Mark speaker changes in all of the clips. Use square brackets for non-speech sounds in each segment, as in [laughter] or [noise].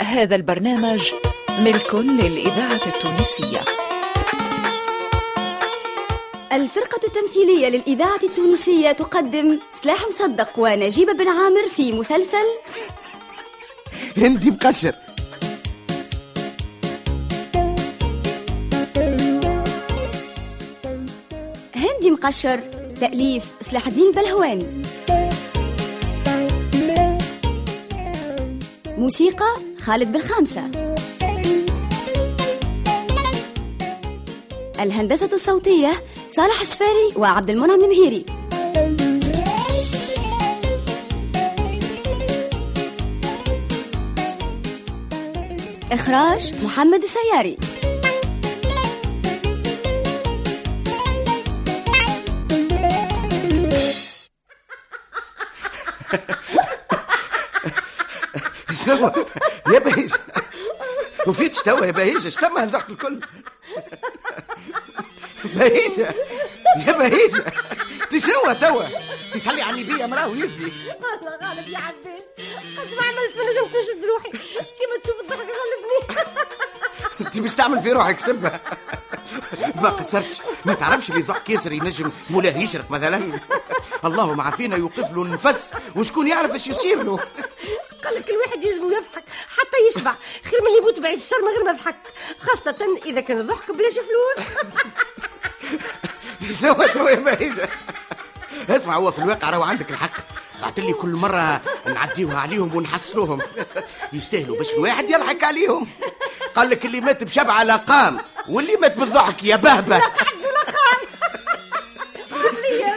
Speaker 1: هذا البرنامج ملك للإذاعة التونسية
Speaker 2: الفرقة التمثيلية للإذاعة التونسية تقدم سلاح مصدق ونجيب بن عامر في مسلسل
Speaker 3: هندي مقشر
Speaker 2: هندي مقشر تأليف سلاح الدين بلهوان موسيقى خالد بالخامسة الهندسة الصوتية صالح السفاري وعبد المنعم المهيري إخراج محمد السياري
Speaker 3: شنو يا بهيج وفيت شتوا يا بهيج شتم هالضحك الكل بهيجة يا بهيجة تشنو توا تصلي على النبي يا مراه ويزي
Speaker 4: والله غالب يا عباس قد ما عملت ما نجمتش نشد روحي كيما تشوف الضحك غلبني
Speaker 3: انت باش تعمل في روحك سبة ما قصرتش ما تعرفش اللي ضحك ياسر ينجم مولاه يشرق مثلا اللهم عافينا يوقف له النفس وشكون يعرف ايش يصير له
Speaker 4: قال لك الواحد لازم يضحك حتى يشبع خير من يموت بعيد الشر من غير ما يضحك خاصة إذا كان الضحك بلاش
Speaker 5: [laughs]
Speaker 4: فلوس
Speaker 3: [laughs] شنو توا يا بهيجة اسمع هو في الواقع راهو عندك الحق بعت لي كل مرة نعديوها عليهم ونحسنوهم يستاهلوا باش الواحد يضحك عليهم قال لك اللي مات بشبعة لا قام واللي مات بالضحك يا بهبة
Speaker 4: عليا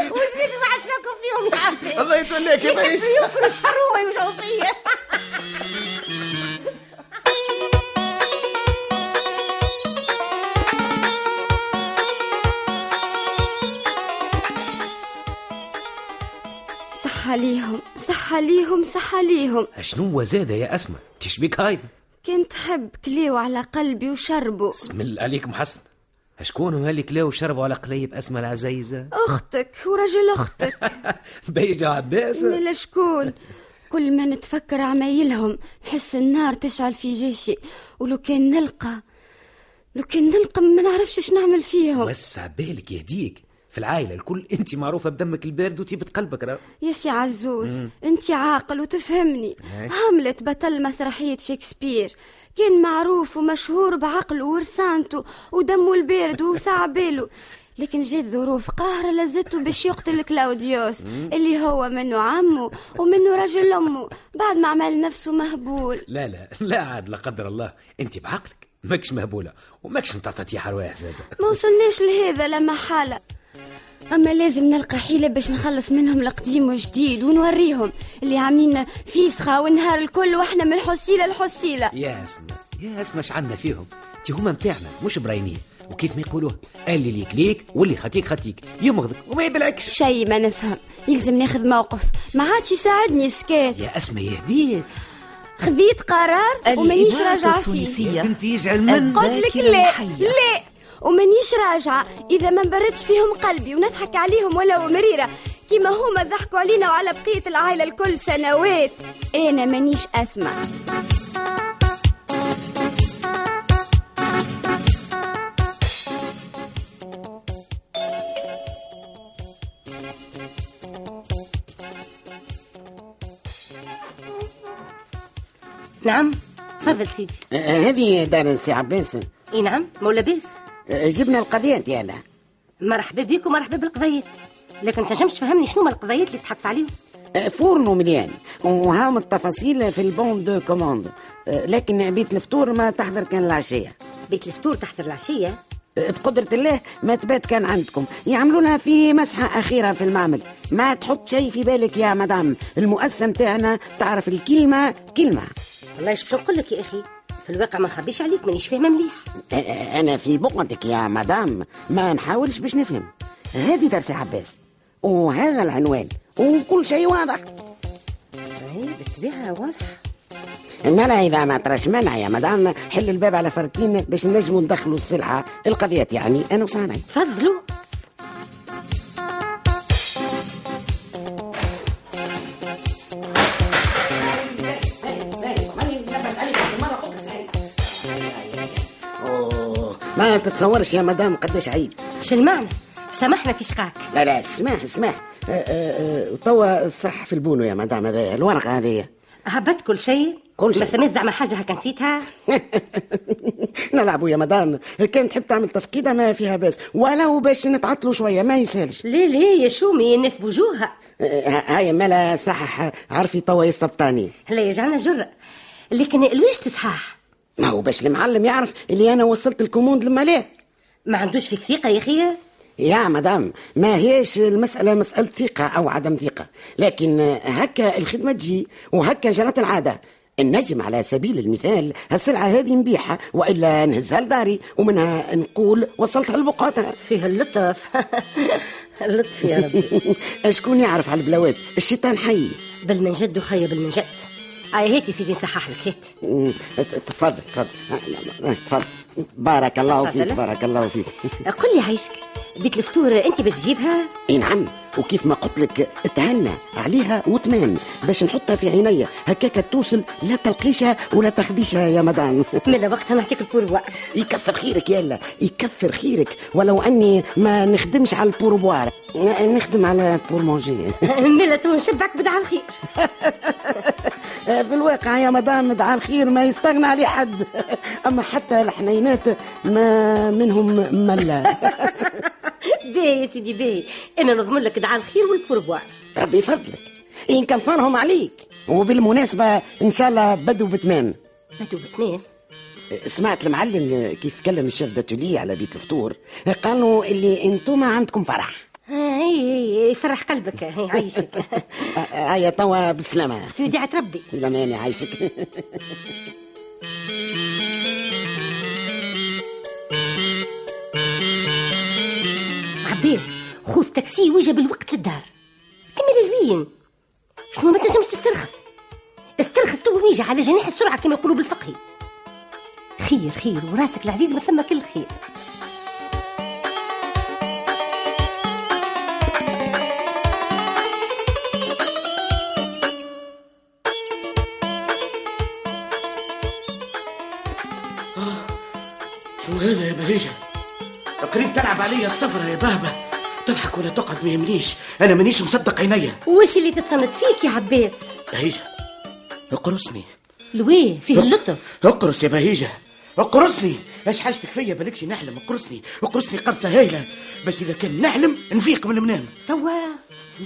Speaker 4: واش بيك ما عادش ناكل فيهم يا عباس
Speaker 3: الله يتولاك يا بهيجة
Speaker 4: يمكن الشر هما يوجعوا فيا
Speaker 2: صحة ليهم صحة ليهم صحة ليهم
Speaker 6: شنو هو زاد يا اسمع تشبيك هاي
Speaker 2: كنت حب كليو على قلبي وشربه
Speaker 6: بسم الله عليك محسن شكون هو اللي كلاو وشربوا على قليب اسمى العزيزه
Speaker 2: أختك ورجل أختك
Speaker 6: [laughs] بيجا عباس
Speaker 2: ملا شكون كل ما نتفكر عمايلهم نحس النار تشعل في جيشي ولو كان نلقى لو كان نلقى ما نعرفش اش نعمل فيهم
Speaker 6: وسع بالك يهديك في العائله الكل انت معروفه بدمك البارد وطيبه قلبك راه
Speaker 2: يا سي عزوز انت عاقل وتفهمني هاملت بطل مسرحية شكسبير كان معروف ومشهور بعقله ورسانته ودمه البارد ووسع باله لكن جات ظروف قاهرة لزته باش يقتل كلاوديوس اللي هو منه عمه ومنه رجل أمه بعد ما عمل نفسه مهبول
Speaker 6: لا لا لا عاد لا قدر الله انت بعقلك ماكش مهبوله وماكش متعطيتي حرواح زاد
Speaker 2: ما وصلناش لهذا لما حالة أما لازم نلقى حيلة باش نخلص منهم القديم والجديد ونوريهم اللي عاملين فيسخة والنهار الكل واحنا من حسيلة لحسيلة
Speaker 6: يا اسمع يا اسمع اش عندنا فيهم انت هما متاعنا مش براينين وكيف ما يقولوه اللي ليك ليك واللي خطيك خطيك يمغضك وما يبلعكش
Speaker 2: شي ما نفهم يلزم ناخذ موقف ما عادش يساعدني سكات
Speaker 6: يا اسمع يهديك
Speaker 2: خذيت قرار ومانيش
Speaker 1: الإذاعة
Speaker 2: راجعة فيه
Speaker 1: التونسية
Speaker 6: انت يجعل من
Speaker 5: أه،
Speaker 2: قلت لك
Speaker 1: الذاكرة
Speaker 2: لا
Speaker 1: الحية.
Speaker 2: لا ومانيش راجعة إذا ما نبردش فيهم قلبي ونضحك عليهم ولو مريرة كيما هما ضحكوا علينا وعلى بقية العائلة الكل سنوات أنا مانيش أسمع
Speaker 4: نعم تفضل سيدي
Speaker 5: آه، هذه دار السي عباس
Speaker 4: اي نعم مو لاباس
Speaker 5: آه، جبنا القضيات انا
Speaker 4: مرحبا بيك ومرحبا بالقضايات لكن ما تنجمش تفهمني شنو هما القضايات اللي تحكت عليهم
Speaker 5: آه، فرن مليان وهاهم التفاصيل في البون دو كوموند آه، لكن بيت الفطور ما تحضر كان العشيه
Speaker 4: بيت الفطور تحضر العشيه
Speaker 5: آه، بقدرة الله ما تبات كان عندكم يعملوا لها في مسحة أخيرة في المعمل ما تحط شيء في بالك يا مدام المؤسسة متاعنا تعرف الكلمة كلمة
Speaker 4: والله ايش باش نقول لك يا اخي في الواقع ما نخبيش عليك مانيش فاهمه مليح
Speaker 5: آه، آه، أنا في بقعتك يا مدام ما نحاولش باش نفهم هذه درس عباس وهذا العنوان وكل شيء واضح
Speaker 4: اي بالطبيعه واضح
Speaker 5: مالا إذا ما ترش منع يا مدام حل الباب على فرتين باش نجموا ندخلوا السلعة القضيات يعني أنا وصانعي
Speaker 4: تفضلوا
Speaker 5: ما تتصورش يا مدام قداش عيب
Speaker 4: شو المعنى سامحنا في شقاك
Speaker 5: لا لا اسمح اسمح آه، آه، آه، توا صح في البونو يا مدام هذايا الورقه هذايا
Speaker 4: هبت كل شيء
Speaker 5: كل شيء.
Speaker 4: مثلا زعما حاجه هكا نسيتها
Speaker 5: [laughs] نلعبوا يا مدام كان تحب تعمل تفقيده ما فيها باس ولو باش نتعطلوا شويه ما يسالش
Speaker 4: ليه ليه يا شومي الناس بوجوها
Speaker 5: آه، هاي مالا صحح عارفي توا يستبطاني
Speaker 4: هلا يجعلنا جرة لكن لويش تصحاح
Speaker 5: ما هو باش المعلم يعرف اللي انا وصلت الكوموند لما ليه
Speaker 4: ما عندوش فيك ثقه يا اخي
Speaker 5: يا مدام ما هيش المسألة مسألة ثقة أو عدم ثقة لكن هكا الخدمة تجي وهكا جرت العادة النجم على سبيل المثال هالسلعة هذه نبيعها وإلا نهزها لداري ومنها نقول وصلتها لبقعتها
Speaker 4: فيه اللطف [laughs] اللطف يا ربي
Speaker 5: أه، شكون يعرف على البلاوات الشيطان حي
Speaker 4: بالمنجد وخيا بالمنجد اي هيك يا سيدي نصحح لك هات
Speaker 5: م- أمم، تفضل تفضل تفضل بارك الله فيك
Speaker 4: تفضل.
Speaker 5: بارك الله فيك
Speaker 4: قل لي عايشك بيت الفطور انت باش تجيبها
Speaker 5: اي نعم وكيف ما قلت لك تهنى عليها وتمام باش نحطها في عينيا هكاك توصل لا تلقيشها ولا تخبيشها يا مدام [laughs]
Speaker 4: من وقتها نعطيك [laughs] البوربوار
Speaker 5: يكثر خيرك يلا يكثر خيرك ولو اني ما نخدمش على البوربوار ن- نخدم على بور مونجي
Speaker 4: ملا تو نشبعك بدعاء الخير
Speaker 5: آه، في الواقع يا مدام دعاء الخير ما يستغنى عليه حد [laughs] اما حتى الحنينات ما منهم ملا [laughs]
Speaker 4: باهي يا سيدي باهي انا نضمن لك دعاء الخير والبوربوار
Speaker 5: ربي يفضلك ينكفرهم عليك وبالمناسبه ان شاء الله بدو بتمام
Speaker 4: بدو باثنين
Speaker 5: سمعت المعلم كيف كلم الشيف داتولي على بيت الفطور قالوا اللي انتم عندكم فرح
Speaker 4: اي اي فرح قلبك هاي عايشك
Speaker 5: آه، هيا توا بالسلامه
Speaker 4: في وديعة ربي
Speaker 5: الى ماني عايشك
Speaker 4: عباس خذ تاكسي وجا بالوقت للدار كمل الوين شنو ما تنجمش تسترخص استرخص تو ويجا على جناح السرعه كما يقولوا بالفقهي خير خير وراسك العزيز ما ثم كل خير
Speaker 3: شو هذا يا بهيجة قريب تلعب عليا الصفرة يا بهبة تضحك ولا تقعد ما يهمنيش انا مانيش مصدق عينيا
Speaker 4: واش اللي تتصنت فيك يا عباس
Speaker 3: بهيجة اقرصني
Speaker 4: لويه فيه اللطف
Speaker 3: اقرص يا بهيجة اقرصني اش حاجتك فيا بالكش نحلم اقرصني اقرصني قرصة هايلة باش اذا كان نحلم نفيق من المنام
Speaker 4: توا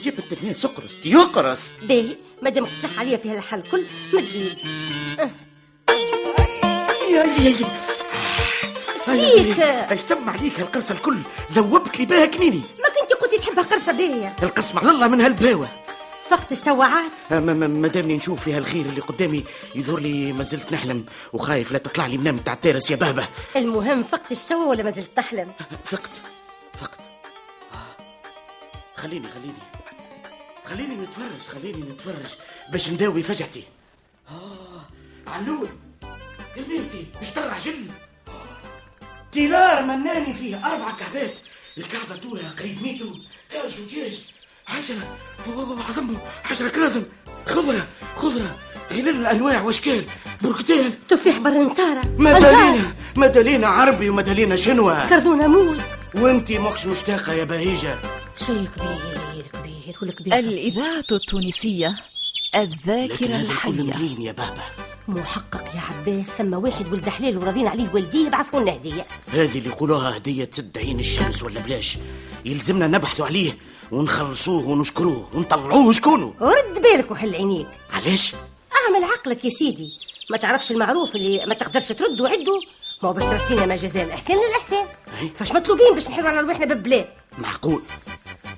Speaker 3: يا بنت الناس اقرص يقرص
Speaker 4: باهي مادام تلح عليا في هالحال الكل مدريد
Speaker 3: يا يا يا
Speaker 4: شبيك؟
Speaker 3: اش تم عليك هالقرصة الكل ذوبت لي بها كنيني
Speaker 4: ما كنت قلت لي تحبها قرصه باهيه
Speaker 3: القسم على الله من هالبلاوه
Speaker 4: فقت التوعات
Speaker 3: آه، ما ما- ما دامني نشوف فيها الخير اللي قدامي يظهر لي ما زلت نحلم وخايف لا تطلع لي منام تاع الترس يا بابا
Speaker 4: المهم فقت الشوا ولا ما زلت تحلم
Speaker 3: فقت فقت آه. خليني خليني خليني نتفرج خليني نتفرج باش نداوي فجعتي اه علول يا بنتي مش طلع جلد تيرار آه. مناني فيه أربع كعبات الكعبة طولها قريب ميتو كاش وجاج حشرة بابا عظمه حشرة كراثم خضرة خضرة غير الأنواع وأشكال بركتان
Speaker 4: تفاح برنساره
Speaker 3: مدالينا مدالينا عربي ومدالينا شنوة
Speaker 4: كردونه موز
Speaker 3: وانتي ماكش مشتاقه يا بهيجه
Speaker 4: شيء كبير كبير والكبير
Speaker 1: الإذاعة التونسية
Speaker 3: لكن
Speaker 1: الذاكرة
Speaker 3: هذا كل
Speaker 1: الحية
Speaker 3: مليين يا بابا
Speaker 4: محقق يا عباس ثم واحد ولد حلال وراضين عليه والديه بعثوا لنا هديه
Speaker 3: هذه اللي يقولوها هديه تسد عين الشمس ولا بلاش يلزمنا نبحثوا عليه ونخلصوه ونشكروه ونطلعوه شكونه
Speaker 4: رد بالك وحل عينيك
Speaker 3: علاش
Speaker 4: اعمل عقلك يا سيدي ما تعرفش المعروف اللي ما تقدرش ترد وعده ما هو باش ترسينا ما جزاء الاحسان للاحسان
Speaker 3: أي.
Speaker 4: فاش مطلوبين باش نحيروا على رواحنا ببلاد
Speaker 3: معقول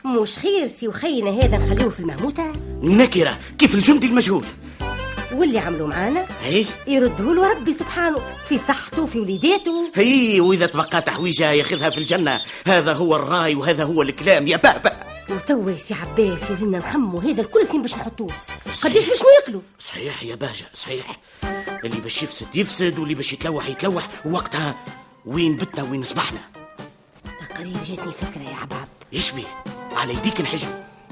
Speaker 4: مش خير سي وخينا هذا نخلوه في المهموته
Speaker 3: نكره كيف الجندي المجهول إيه؟
Speaker 4: واللي عملوا معانا
Speaker 3: هي
Speaker 4: يردوا له ربي سبحانه في صحته في وليداته
Speaker 3: هي واذا تبقى تحويجه ياخذها في الجنه هذا هو الراي وهذا هو الكلام يا بابا
Speaker 4: وتوا يا سي عباس يزلنا نخموا هذا الكل فين باش نحطوه قداش باش ناكلوا
Speaker 3: صحيح يا باشا صحيح اللي باش يفسد يفسد واللي باش يتلوح يتلوح ووقتها وين بتنا وين صبحنا
Speaker 4: تقريب جاتني فكرة يا عباب
Speaker 3: يشبي على يديك نحجو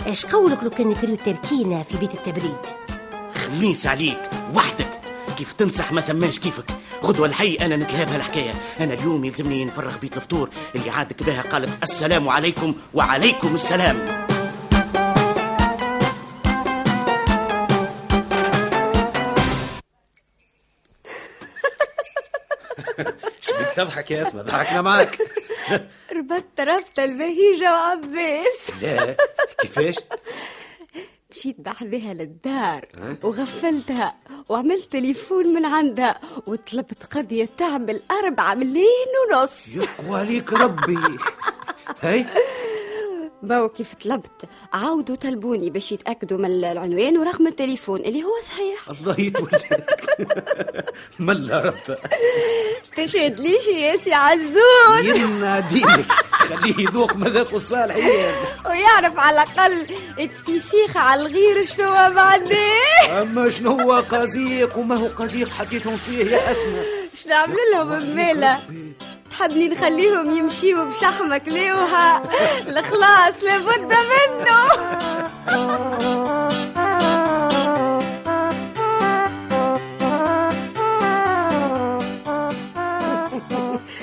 Speaker 4: ايش قولك لو كان نكريو تركينا في بيت التبريد
Speaker 3: خميس عليك وحدك كيف تنصح ما ثماش كيفك غدوة الحي أنا نتلهى بهالحكاية أنا اليوم يلزمني نفرغ بيت الفطور اللي عادك بها قالت السلام عليكم وعليكم السلام
Speaker 6: شبيك تضحك يا اسماء ضحكنا معك
Speaker 2: ربطت ربطة البهيجة وعباس
Speaker 6: [laughs] لا كيفاش
Speaker 2: مشيت بحذاها للدار وغفلتها وعملت تليفون من عندها وطلبت قضية تعمل أربعة ملايين ونص
Speaker 6: يقوى عليك ربي هاي
Speaker 2: باو كيف طلبت عاودوا طلبوني باش يتأكدوا من العنوان ورقم التليفون اللي هو صحيح
Speaker 6: الله يتولاك [laughs] ملا ربطة
Speaker 2: تشهد ليش يا سي عزوز
Speaker 6: يمنع دينك خليه يذوق مذاق الصالحين
Speaker 2: ويعرف على الأقل تفيسيخة على الغير شنو بعدين
Speaker 6: اما شنو هو قزيق وما هو قزيق حكيتهم فيه يا اسماء
Speaker 2: شنو نعمل لهم بمالا تحبني نخليهم يمشيوا بشحمك ليوها الخلاص لابد منه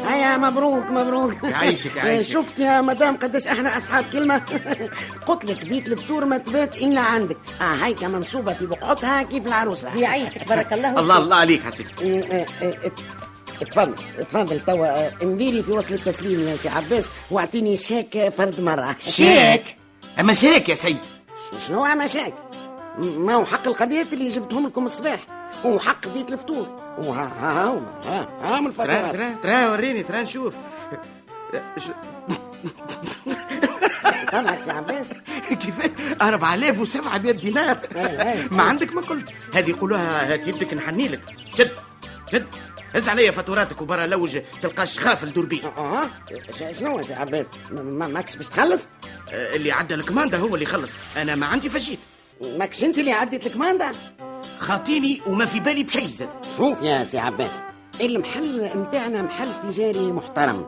Speaker 5: هيا مبروك مبروك [laughs]
Speaker 3: يعيشك، يعيشك.
Speaker 5: شفت يا مدام قداش احنا اصحاب كلمه [laughs] قلت لك بيت الفطور ما تبات الا عندك اه هيك منصوبه في بقعتها كيف العروسه
Speaker 4: يعيشك بارك الله
Speaker 3: الله الله عليك حسين
Speaker 5: أم، آه، آه، ات- اتفضل اتفضل توا آه، امديلي في وصل التسليم يا سي عباس واعطيني شيك آه، فرد [laughs] مره
Speaker 3: شيك أما شيك يا سيد
Speaker 5: شنو عم شاك ما هو حق القضيات اللي جبتهم لكم الصباح وحق بيت الفطور وها ها ها هما، ها ها هم
Speaker 3: ترى
Speaker 5: الفترات
Speaker 3: ترى ترى وريني ترى نشوف
Speaker 5: تضحك سي عباس
Speaker 3: كيف 4700 دينار
Speaker 5: إيه.
Speaker 3: ما عندك ما قلت هذه يقولوها هات يدك نحني لك جد جد هز عليا فاتوراتك وبرا لوج تلقى شخاف الدور بيه
Speaker 5: اه ش- شنو يا سي عباس ما- ما- ماكش باش تخلص
Speaker 3: آه، اللي عدى الكماندا هو اللي خلص انا ما عندي فشيت
Speaker 5: ماكش انت اللي عديت الكماندا
Speaker 3: خاطيني وما في بالي بشيء زاد
Speaker 5: شوف يا سي عباس المحل متاعنا محل تجاري محترم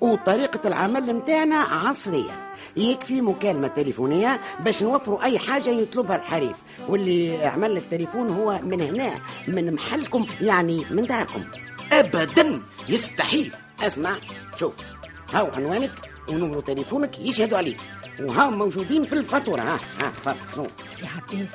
Speaker 5: وطريقة العمل متاعنا عصرية يكفي مكالمة تليفونية باش نوفروا أي حاجة يطلبها الحريف واللي عمل لك تليفون هو من هنا من محلكم يعني من داركم
Speaker 3: ابدا يستحيل
Speaker 5: اسمع شوف هاو عنوانك ونمرو تليفونك يشهدوا عليك وهاو موجودين في الفاتورة ها ها تفضل شوف
Speaker 4: سي عباس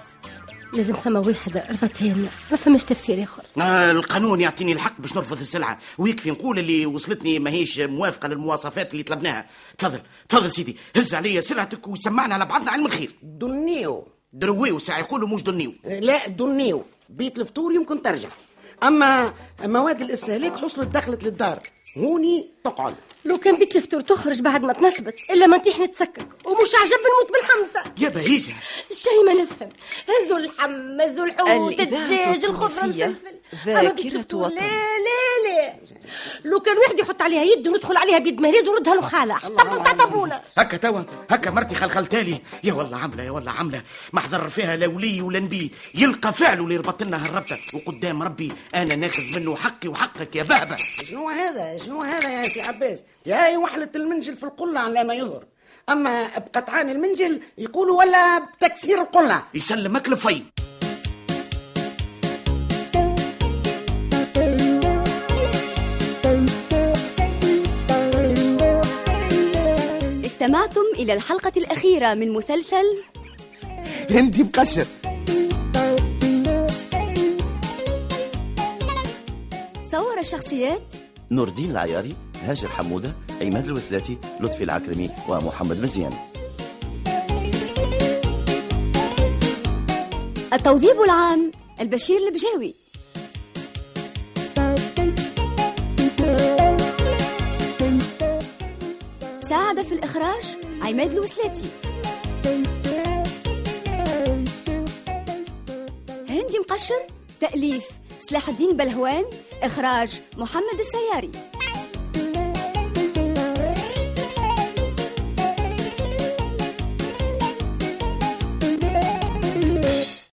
Speaker 4: لازم ثم واحد ربطها لنا ما فماش تفسير اخر
Speaker 3: آه، القانون يعطيني الحق باش نرفض السلعة ويكفي نقول اللي وصلتني ماهيش موافقة للمواصفات اللي طلبناها تفضل تفضل سيدي هز عليا سلعتك وسمعنا على بعضنا علم الخير
Speaker 5: دنيو
Speaker 3: درويو ساعة يقولوا مش دنيو
Speaker 5: لا دنيو بيت الفطور يمكن ترجع اما مواد الاستهلاك حصلت دخلت للدار هوني تقعد
Speaker 4: لو كان بيت الفطور تخرج بعد ما تنصبت الا ما نطيح نتسكك ومش عجب نموت بالحمزه
Speaker 3: يا بهيجة
Speaker 4: الشي ما نفهم هزوا اللحم هزوا الحوت
Speaker 1: الإذاعة
Speaker 4: الدجاج الخضره
Speaker 1: التونسية.
Speaker 4: الفلفل أما بيت
Speaker 1: ذاكرة
Speaker 4: الفطور
Speaker 1: وطن.
Speaker 4: لا لا لا لو كان واحد يحط عليها يده ندخل عليها بيد مهريز وردها له خاله حطب نتاع طابونه
Speaker 3: هكا توا هكا مرتي خلخلتالي يا والله عملة يا والله عملة ما حضر فيها لا ولي ولا نبي يلقى فعله اللي ربط لنا هالربطة وقدام ربي أنا ناخذ منه حقي وحقك يا بهبة
Speaker 5: شنو هذا شنو هذا يا سي عباس هاي وحلة المنجل في القلة على ما يظهر اما بقطعان المنجل يقولوا ولا بتكسير القلة
Speaker 3: يسلمك لفي
Speaker 2: استمعتم إلى الحلقة الأخيرة من مسلسل
Speaker 3: انت مقشر
Speaker 2: صور الشخصيات
Speaker 7: نور الدين العياري هاجر حمودة عماد الوسلاتي لطفي العكرمي ومحمد مزيان
Speaker 2: التوظيف العام البشير البجاوي ساعد في الإخراج عماد الوسلاتي هندي مقشر تأليف سلاح الدين بلهوان إخراج محمد السياري